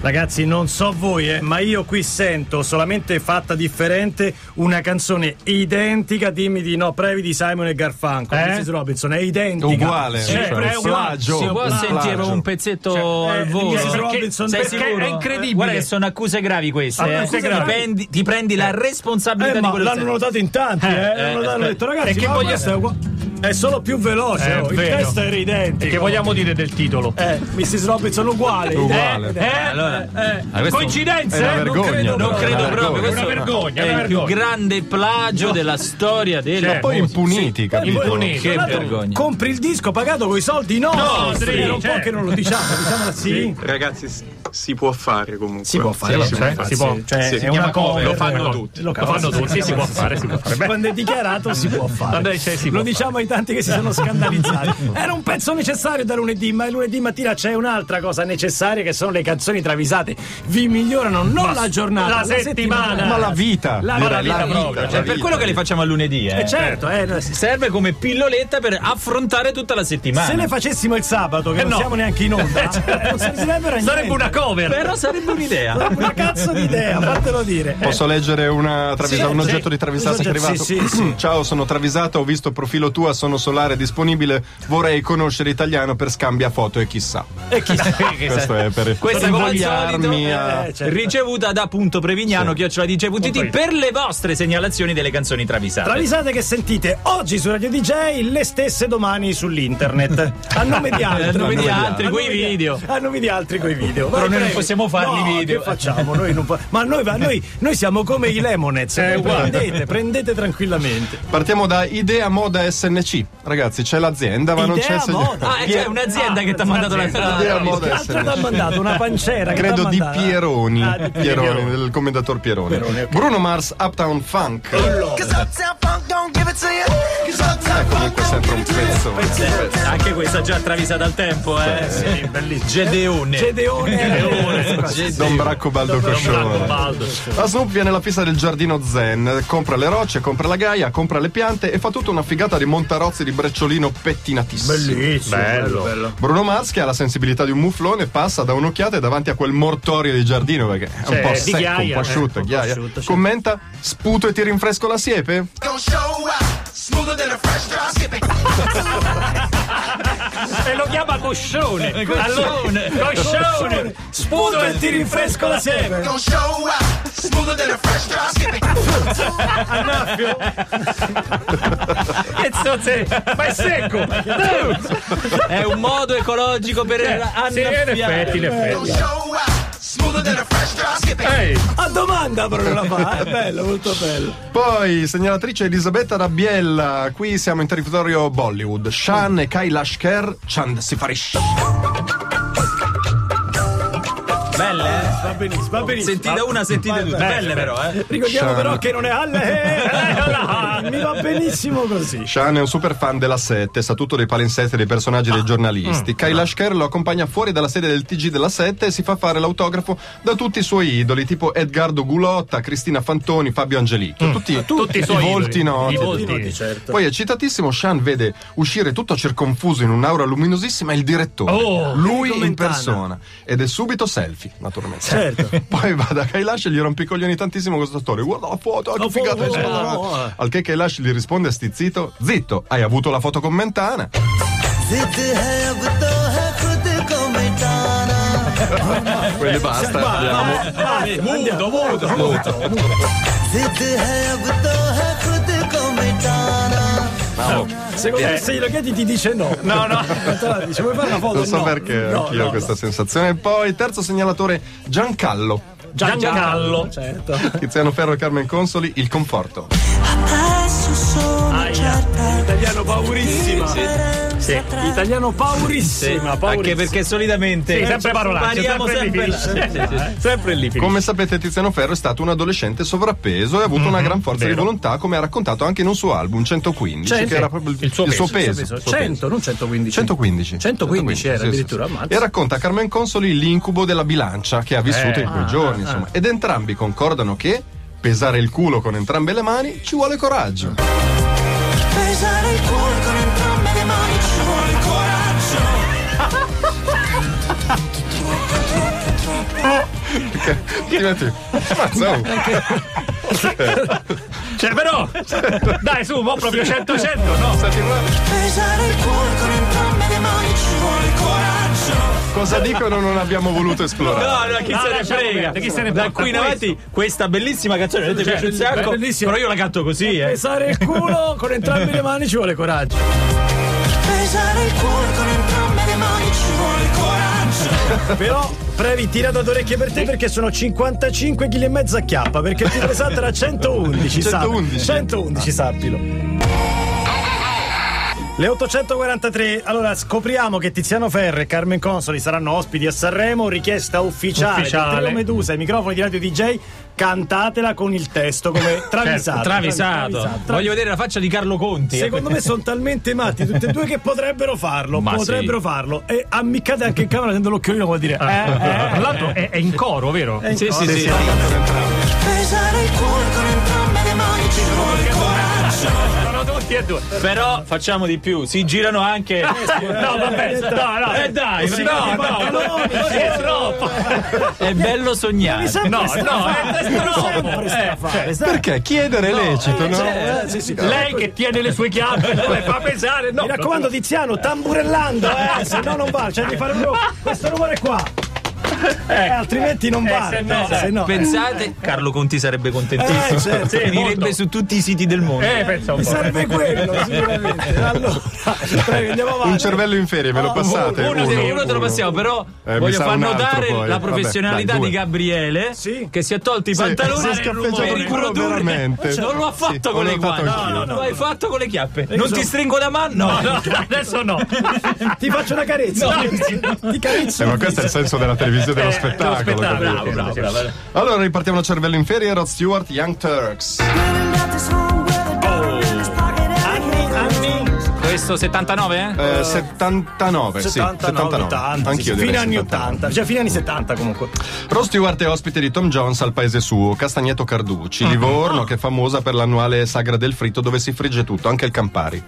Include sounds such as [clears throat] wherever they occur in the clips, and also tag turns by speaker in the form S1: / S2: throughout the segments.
S1: Ragazzi, non so voi, eh, ma io qui sento solamente fatta differente una canzone identica, dimmi di no, Previ di Simon e Garfunkel,
S2: Eh?
S1: Mrs. Robinson, è identica.
S3: Uguale,
S1: Cioè,
S3: cioè,
S1: è
S3: un
S1: uguale.
S3: plagio.
S4: Si può
S3: un
S4: sentire
S3: plagio.
S4: un pezzetto
S1: Cioè, eh,
S4: al volo?
S1: Mrs.
S4: Perché-
S1: Robinson,
S4: sei
S1: perché
S4: sicuro?
S1: è
S2: incredibile.
S4: Guarda che sono accuse gravi
S1: Ah,
S4: queste. eh.
S1: accuse
S4: Ti
S1: gravi.
S4: prendi- ti prendi la responsabilità
S1: Eh,
S4: di
S1: ma
S4: quello che
S1: l'hanno
S4: sei.
S1: notato in tanti, eh.
S4: eh,
S1: l'hanno notato, hanno detto, ragazzi,
S2: E che
S1: ma
S2: voglio-
S1: questa è, ugu- è solo più veloce,
S2: È
S1: oh, il
S2: vero.
S1: testo era identico.
S2: Che vogliamo dire del titolo?
S1: Eh, Mrs. Robinson uguale.
S3: Uguale.
S1: Eh, eh, eh,
S4: Allora,
S1: eh.
S3: Ah, questo
S2: Coincidenze?
S3: è una
S2: eh? Non
S3: vergogna,
S2: credo,
S3: però.
S4: Non
S2: non credo.
S4: credo
S3: una
S4: proprio,
S3: vergogna.
S4: questo
S2: È una vergogna,
S4: è
S2: è una
S4: il più
S2: vergogna.
S4: grande plagio della storia della
S2: Certo.
S3: Poi impuniti, capito?
S2: impuniti.
S4: Che
S1: Tra l'altro,
S4: vergogna.
S1: Compri il disco pagato con i soldi nostri.
S2: Nostri,
S1: Era un po'
S2: certo.
S1: che non lo diciamo, diciamo sì.
S5: Ragazzi, s- si può fare comunque.
S1: Si può fare,
S5: Sì,
S1: lo
S5: si
S1: so,
S5: può
S1: eh,
S5: fare.
S1: si può, cioè,
S5: Sì,
S1: è
S5: si
S1: una
S5: chiama
S1: cover,
S5: Lo
S1: eh,
S5: fanno
S1: lo-
S5: tutti.
S1: lo-
S2: Lo fanno tutti, si può fare, si può fare. Beh,
S1: Quando è dichiarato si può fare.
S2: Quando dice si
S1: lo
S2: può
S1: diciamo ai tanti che si sono
S2: [laughs]
S1: scandalizzati. Era un pezzo necessario da lunedì, ma lunedì mattina c'è un'altra cosa necessaria che sono le canzoni travisate. Vi migliorano non la giornata,
S2: la settimana. Eh,
S3: Ma la vita,
S1: La-
S3: direi,
S1: ma la vita
S2: proprio,
S3: la
S4: Cioè, per
S3: vita.
S4: quello che le facciamo a lunedì, eh.
S1: Eh, certo, eh, no, se
S4: Serve come pilloletta per affrontare tutta la settimana.
S1: se le facessimo il sabato, che
S2: Eh,
S1: non
S2: no.
S1: siamo
S2: certo.
S1: neanche in
S2: [laughs]
S1: onda, eh, non servirebbero a
S2: Sarebbe
S1: niente.
S2: una cover.
S4: Però sarebbe un'idea.
S1: Una cazzo di
S2: [laughs]
S1: idea, fatelo dire. Eh,
S3: Posso leggere una travisa-
S1: Sì,
S3: un
S1: sì.
S3: oggetto di travisata
S1: Un
S3: che è
S1: oggetto-
S3: arrivato?
S1: sì, sì, sì.
S3: [clears throat] Ciao, sono travisata, ho visto il profilo tua, sono solare disponibile, vorrei conoscere italiano per scambia foto e chissà.
S1: e [laughs] chi sa?
S3: Questo è per
S4: Questa, come al
S3: invogliarmi
S4: solito,
S3: a...
S1: eh, certo.
S4: Ricevuta da punto Prevignano, chiocciola.dj.it,
S2: Ok.
S4: per le vostre segnalazioni delle canzoni travisate.
S1: Travisate che sentite oggi su Radio DJ, le stesse domani sull'internet. A nome di altri.
S4: [laughs] A nome di
S1: A
S4: altri,
S1: a
S4: coi
S1: nome di-
S4: video.
S1: A nome di altri coi video.
S4: Però noi non
S1: prego.
S4: possiamo farli
S1: No,
S4: video.
S1: Che facciamo? Noi non fa- Ma noi, ma noi- noi siamo come i Lemonheads.
S4: Eh,
S1: prendete, prendete tranquillamente.
S3: Partiamo da Idea Moda SNC. Ragazzi, c'è l'azienda, ma non
S1: Idea
S3: c'è... il segno-
S1: Moda.
S4: Ah, e c'è un'azienda che ti ha mandato la
S3: Idea
S4: travisata.
S3: Moda
S1: Altro ti ha
S3: SNC.
S1: mandato una pancera. che
S3: Credo
S1: t'ha
S3: di
S1: mandata?
S3: Pieroni,
S1: Ah, di
S3: Pieroni,
S1: Pieroni.
S3: del commendator Pieroni. Bruno Mars, Uptown Funk.
S6: Cause Uptown Funk don't give it to you. Cause
S3: È
S6: Uptown Funk
S3: comunque
S6: don't
S3: sempre
S6: give
S3: un
S6: it to you.
S3: pezzo.
S4: Anche questa già travisata al tempo, eh. Sì, bellissimo. Gedeone.
S1: Gedeone. era-
S3: Don Bracco Baldo Coscione.
S2: Baldo.
S3: La Snoop viene alla pista del giardino Zen, compra le rocce, compra la gaia, compra le piante e fa tutta una figata di montarozzi di brecciolino pettinatissimo.
S1: Bellissimo.
S2: Bello.
S3: Bruno Mars, che ha la sensibilità di un muflone, passa da un'occhiata davanti a quel mortorio di giardino perché è un
S2: Cioè,
S3: po'
S2: di
S3: secco, un
S2: ghiaia, eh,
S3: po' asciutto,
S1: un po'
S3: ghiaia.
S1: asciutto, sì.
S3: Commenta: sputo e ti rinfresco la siepe?
S6: Gonna show out. Smoother than a fresh drop. Skip it.
S2: E lo chiama Coscione.
S4: Coscione.
S2: Allora, Coscione.
S1: Sputo e ti rinfresco la sera.
S6: Gonna show out. Smoother than a fresh drop. Skip it.
S2: Che zozze- Ma è secco.
S4: È un modo ecologico per
S2: Sì, in effetti,
S4: annaffiare.
S2: in
S6: Gonna
S2: effetti.
S6: show out. Smoother than a fresh drop. Skip it.
S2: Ehi.
S1: A domanda però la fa, è bello, molto bello.
S3: Poi, segnalatrice Elisabetta Rabbiella, qui siamo in territorio Bollywood. Shan e Kai Lashker, Chand si farisce.
S4: Belle,
S1: Va benissimo, va
S4: eh?
S1: benissimo.
S4: Sentite una, sentite tutte. Belle però, eh.
S1: Ricordiamo
S3: Shan.
S1: però che non è [laughs] Eh, alle. Mi va benissimo così.
S3: Shan è un super fan della 7, sa tutto dei palinsesti e dei personaggi e
S2: Ah,
S3: dei giornalisti.
S2: mm.
S3: Kai Lashker lo accompagna fuori dalla sede del TG della 7 e si fa fare l'autografo da tutti i suoi idoli, tipo Edgardo Gulotta, Cristina Fantoni, Fabio Angelicchio. Tutti,
S2: Mm. Tutti i suoi
S3: volti
S2: idoli.
S3: noti.
S2: I volti.
S1: certo.
S3: Poi eccitatissimo, Shan vede uscire tutto circonfuso in un'aura luminosissima il direttore.
S2: Oh,
S3: lui in
S1: Mentana.
S3: persona. Ed è subito selfilash, naturalmente.
S1: Certo.
S3: Poi va da Kailash e gli rompe i coglioni tantissimo con questa storia. Guarda la foto, che
S1: La foto,
S3: figata.
S1: guarda,
S3: eccetera.
S1: no, eh.
S3: Al che Kailash gli risponde stizzito: Zitto, hai avuto la foto con Mentana.
S6: जिद है अब तो है खुद को मिटाना
S3: Quelle basta. abbiamo-
S1: Muto, muto,
S6: जिद है अब तो है खुद को मिटाना
S1: Secondo me se glielo chiedi ti dice no. Eh. No, no. Dice, vuoi fare una foto?
S3: Non so
S1: No.
S3: perché
S1: No,
S3: anch'io
S1: no,
S3: ho questa sensazione. Poi, terzo segnalatore, Giancallo.
S2: Giancarlo.
S1: no. Certo.
S3: Tiziano Ferro e Carmen Consoli, il conforto.
S7: Adesso sono certa
S1: Italiano paurissima.
S2: Sì.
S1: Italiano paurissima.
S4: Anche
S1: paurissima.
S4: perché solitamente
S2: Sì, sempre parolacce,
S4: pariamo
S2: sempre
S4: sempre,
S2: lì.
S4: là. Sì, sì, sì.
S2: Sempre lì. finisce.
S3: Come sapete, Tiziano Ferro è stato un adolescente sovrappeso e ha avuto
S1: Mhm,
S3: una gran forza di
S2: vero.
S3: volontà, come ha raccontato anche in un suo album 115,
S1: Cioè,
S3: che
S1: sì,
S3: era proprio il,
S2: il suo peso, il suo
S3: peso.
S2: peso,
S3: il suo peso.
S1: 100, non 115.
S3: 115.
S1: 115 era
S3: sì, sì,
S1: addirittura,
S3: sì.
S1: ammazza.
S3: E racconta a Carmen Consoli l'incubo della bilancia che ha vissuto
S2: Eh.
S3: in quei giorni, insomma. Ed entrambi concordano che pesare il culo con entrambe le mani ci vuole coraggio.
S7: Pesare il cuore con entrambe le mani Ci vuole coraggio
S3: Ti
S4: [laughs]
S3: metti. Mazza, oh.
S2: Cioè,
S3: [laughs]
S2: però, dai, su, mo proprio 100-100, no?
S3: Senti, ma
S7: Pesare il cuore con entrambe le mani ci vuole coraggio.
S3: Cosa dicono non abbiamo voluto esplorare?
S4: [laughs] No, no, chi
S2: No,
S4: se ne
S2: lasciamo
S4: frega.
S2: perdere, chi se ne
S4: da
S2: frega,
S4: qui in
S2: questo. Certo,
S4: avanti, questa bellissima canzone, vedete, mi piace un sacco.
S1: bellissima.
S4: Però io la canto così, eh.
S1: Pesare il culo con entrambe le mani ci vuole coraggio.
S7: Pesare il cuore con entrambe le mani ci vuole coraggio.
S1: Però Previ tirata ad orecchie per te perché sono 55 kg e mezzo a chiappa perché il titolo esatto era 111
S3: 111.
S1: sappi- 111 sappilo le 843, allora scopriamo che Tiziano Ferre e Carmen Consoli saranno ospiti a Sanremo, richiesta ufficiale,
S2: Ufficiale.
S1: del Trio Medusa ai microfoni di Radio DJ, cantatela con il testo come travisato.
S2: Certo, travisato.
S4: Voglio vedere la faccia di Carlo Conti. eh.
S1: Secondo me sono talmente matti tutti e due che potrebbero farlo.
S4: Ma
S1: potrebbero
S4: sì.
S1: farlo. E ammiccate anche in camera tenendo l'occhiolino come dire. Eh, eh,
S2: Tra l'altro è, è in coro, vero?
S4: Sì, sì, sì.
S7: Pesare il cuore con entrambe le mani ci vuole coraggio.
S2: Sono tutti e due.
S4: Però facciamo di più, si girano anche.
S2: No, vabbè, no, no.
S4: Eh dai, no, no,
S2: Sì, è troppo.
S4: è bello sognare.
S2: No, no, è è troppo.
S1: sempre sta a fare, sai?
S3: Perché chiedere è lecito, no?
S1: Cioè, eh, sì, sì.
S2: Lei che tiene le sue chiappe, come fa a pesare? No,
S1: Mi raccomando, Tiziano, tamburellando, eh, se no non va. Cioè, di fare proprio questo rumore qua. Eh, altrimenti non va.
S2: se no, eh,
S4: Pensate, Carlo Conti sarebbe contentissimo.
S1: Eh, certo.
S2: Sì, molto.
S4: Finirebbe su tutti i siti del mondo.
S2: Eh, pensa un
S1: Mi
S2: po'.
S1: serve quello, sicuramente. Allora, prego, andiamo avanti.
S3: Un cervello in ferie, me lo passate?
S4: Oh, Uno, sì, uno te lo passiamo, però
S3: mi
S4: voglio
S3: sa
S4: far
S3: un altro
S4: notare
S3: poi.
S4: la
S3: Vabbè,
S4: professionalità
S3: dai, due.
S4: di Gabriele
S1: Sì.
S4: che si è tolto i
S3: Sì,
S4: pantaloni
S3: si è
S4: per
S3: scaffeggiato il culo
S4: riprodurre-
S3: veramente.
S4: eh, Non lo ha
S3: Sì,
S4: fatto con
S3: l'ho
S4: le
S3: fatto
S4: guanti.
S3: anch'io.
S4: No, Eh, no, Lo hai fatto con le chiappe. Non ti stringo la mano?
S2: No, no, adesso no.
S1: Ti faccio una carezza.
S4: No.
S1: Ti carezzo.
S3: Eh, ma questo è il senso della televisione e
S4: Eh,
S3: dello spettacolo.
S2: spettacolo,
S3: capito?
S2: bravo, bravo, bravo.
S3: Allora ripartiamo da cervello in ferie, Rod Stewart, Young Turks.
S1: Anni,
S4: Questo 79, eh?
S3: Eh, 79, sì,
S1: 79, 80, sì,
S3: Anch'io
S1: sì,
S3: direi
S1: fino anni
S3: 79.
S1: 80, cioè fino anni 70 comunque.
S3: Rod Stewart è ospite di Tom Jones al paese suo, Castagneto Carducci, Livorno, che è famosa per l'annuale sagra del fritto dove si frigge tutto, anche il Campari.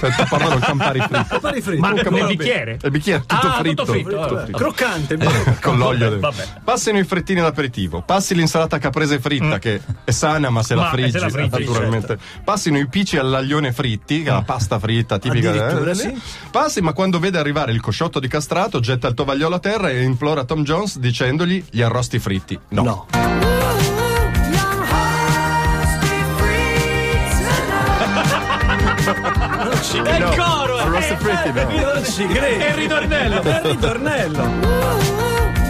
S3: Cioè, Parlo del Campari fritto.
S1: Fare i fritti.
S2: Ma
S3: Porca
S2: nel
S3: vabbè.
S2: bicchiere?
S3: Il bicchiere è tutto
S2: Ah,
S3: fritto.
S2: tutto fritto,
S3: Tutto
S2: vabbè.
S3: fritto. Eh,
S1: Croccante, buono.
S3: [laughs] con l'olio dentro.
S2: vabbè. Mm.
S3: Passino i frittini d'aperitivo, passino l'insalata caprese fritta che è sana ma se la
S2: Ma se la
S3: friggi
S2: friggi, certo. Mm.
S3: naturalmente. Passino i pici all'aglione fritti, che è la pasta fritta tipica.
S1: Addirittura,
S3: eh,
S1: sì.
S3: Passi ma quando vede arrivare il cosciotto di castrato getta il tovagliolo a terra e implora Tom Jones dicendogli gli arrosti fritti. No.
S1: No.
S4: È il coro! eh.
S3: Arrosti fritti no.
S1: Non ci credo.
S2: E il ritornello.
S1: È il ritornello.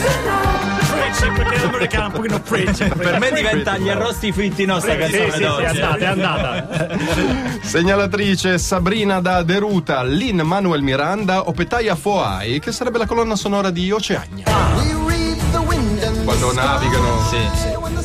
S1: Preach, perché è l'americano, un pochino preach.
S4: Per me diventa gli arrosti fritti nostra
S2: Sì, sì,
S4: canzone
S2: sì,
S4: d'oggi.
S2: è andata, è andata.
S3: Segnalatrice Sabrina da Deruta, Lin Manuel Miranda o Petaya Foai, che sarebbe la colonna sonora di Oceania. Quando navigano.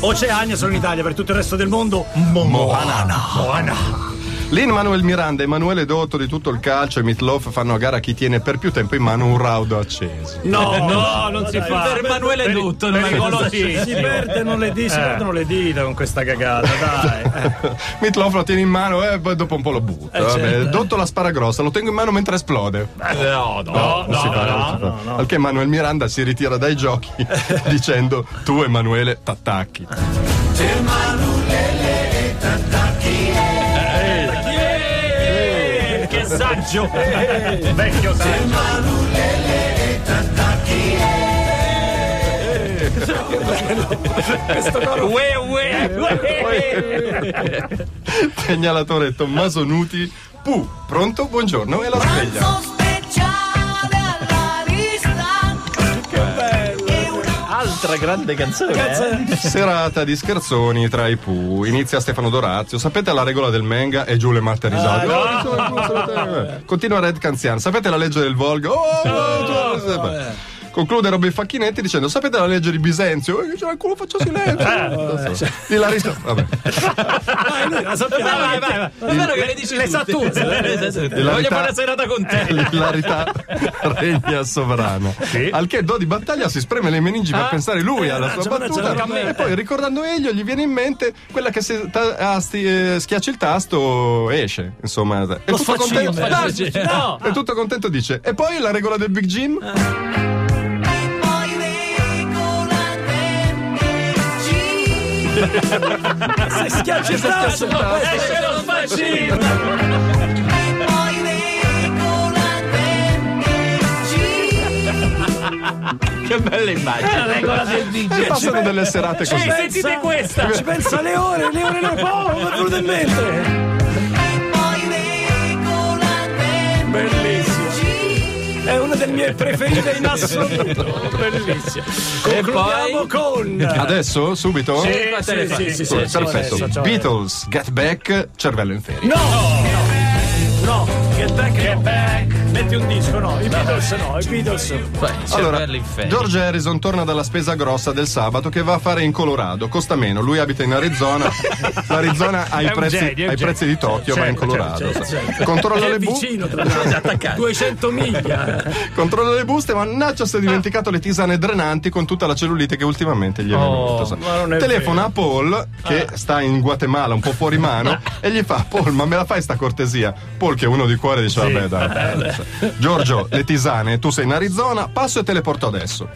S1: Oceania sono in Italia, per tutto il resto del mondo. Moana. Moana.
S3: Lin Manuel Miranda, Emanuele Dotto di tutto il calcio e Mitloff fanno a gara chi tiene per più tempo in mano un raudo acceso.
S2: Eh, No, no, non si fa.
S4: Per Emanuele Dutto, non è
S2: Pericolosissimo.
S1: Si perdono le
S2: Eh.
S1: dita, si perdono le dita con questa cagata,
S3: [laughs]
S1: dai.
S3: Mitloff lo tiene in mano e poi dopo un po' lo
S2: Eh,
S3: butta. vabbè. Dotto la spara grossa, lo tengo in mano mentre esplode.
S2: certo. No, no, no,
S3: Non si fa,
S2: no.
S3: non si fa. Al che Manuel Miranda si ritira dai
S2: [laughs]
S3: giochi dicendo tu Emanuele t'attacchi.
S2: Eh, Che saggio! Vecchio saggio! Ue, ue, ue.
S3: Segnalatore Tommaso Nuti, Pu, pronto, buongiorno e la sveglia.
S4: Altra grande canzone.
S3: Serata di scherzoni tra i Pooh. Inizia Stefano Dorazio. Sapete la regola del menga e giù le matte risate. Oh, ci sono i Pooh, salute. eh. Continua Red Canzian. Sapete la legge del Volga? Oh, oh, tu- Conclude Robin Facchinetti dicendo: Sapete la legge di Bisenzio? Eh, che c'era il culo, faccio silenzio. Di Larissa. Vabbè.
S1: Eh, La sappiamo.
S4: Vai, vai, vai. Eh, È vero che le dici le sa tutte. [laughs] Le sa tutte. Voglio
S3: verità- Eh.
S4: fare una serata con te.
S3: L'ilarità regna sovrana. Al che Do di Battaglia si spreme le meningi per pensare lui alla sua
S1: Ah, eh, ragione,
S3: battuta.
S1: ragione, ragione.
S3: e poi ricordando Elio gli viene in mente quella che se ta- ah, sti- eh, schiaccia il tasto esce. Insomma, è tutto
S1: sfaccino,
S3: contento.
S1: eh. Ah,
S3: No, è tutto contento dice. E poi la regola del Big Jim?
S1: Se schiacci il tasto,
S2: Esce lo sfaccino!
S7: Poi regolamente
S4: Che bella immagine.
S2: La regola del DJ.
S3: Passano delle serate così.
S2: Ehi, sentite questa!
S1: Ci pensa le ore, le ore dopo, oh, mi è venuto in mente.
S7: Poi regolamente
S1: Bellissimo. È una delle mie preferite in assoluto. Bellissimo. Concludiamo
S4: poi?
S1: con
S3: Adesso? Subito?
S1: Eh, sì, sì, sì, sì, sì,
S3: Perfetto.
S1: adesso, ciao.
S3: Beatles, Get Back, Cervello in ferie.
S1: No! No! Get back, get back! Metti un disco, no, i Beatles no, i Beatles.
S4: Cioè,
S3: Allora,
S4: in ferie.
S3: George Harrison torna dalla spesa grossa del sabato che va a fare in Colorado. Costa meno, lui abita
S2: [laughs]
S3: in Arizona. L'Arizona ha i
S2: un
S3: prezzi,
S2: genio, è un
S3: ai
S2: genio.
S3: prezzi di Tokyo,
S2: Certo,
S3: va in Colorado. Controlla,
S1: Che certo. è
S3: le bu-
S1: vicino,
S3: [laughs]
S1: tra l'altro. 200 miglia. Ah.
S3: controlla le buste, mannaggia, si è dimenticato le tisane drenanti con tutta la cellulite che ultimamente gli è venuta. sa.
S1: Oh, ma non è Ah.
S3: Telefona a Paul, che sta in Guatemala, un po' fuori
S1: [laughs]
S3: mano, e gli fa: Paul, ma me la fai sta cortesia? Paul, che è uno di cuore, dice: Vabbè, dai. Giorgio, le tisane, tu sei in Arizona, passo e te le porto adesso.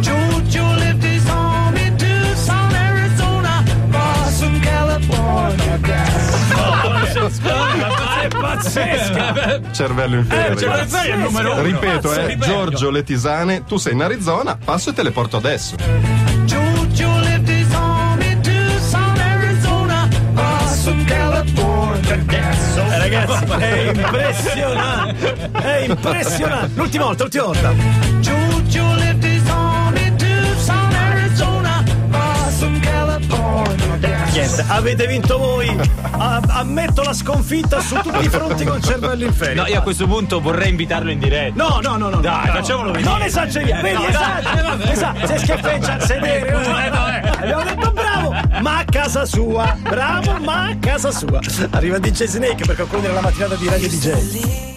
S7: Jojo lived his home in Tucson, Arizona Bought some California grass
S1: È pazzesca!
S3: Cervello in
S1: Eh,
S3: ferie. ragazzi.
S1: cioè, è il numero
S3: Ripeto, eh, Giorgio Letisane, tu sei in Arizona, passo e te le porto adesso.
S7: Jojo lived his home in Tucson, Arizona Bought some California grass
S1: Eh, ragazzi, è impressionante! È impressionante! L'ultima volta, l'ultima volta!
S7: Jojo lived his home in Tucson, Arizona Bought some California grass
S1: Niente, avete vinto voi! A- ammetto la sconfitta su tutti i fronti col cervello in ferie.
S4: No, io a questo punto vorrei invitarlo in diretta.
S1: No, no, no, no. Dai,
S4: facciamolo venire.
S1: Non esageriamo, vedi, esagera, esagera, se schiaffeggia al sedere. eh, eh, Abbiamo detto bravo, ma a casa sua. Bravo, ma a casa sua. Arriva DJ Snake per concludere la mattinata di Radio DJ.
S7: Live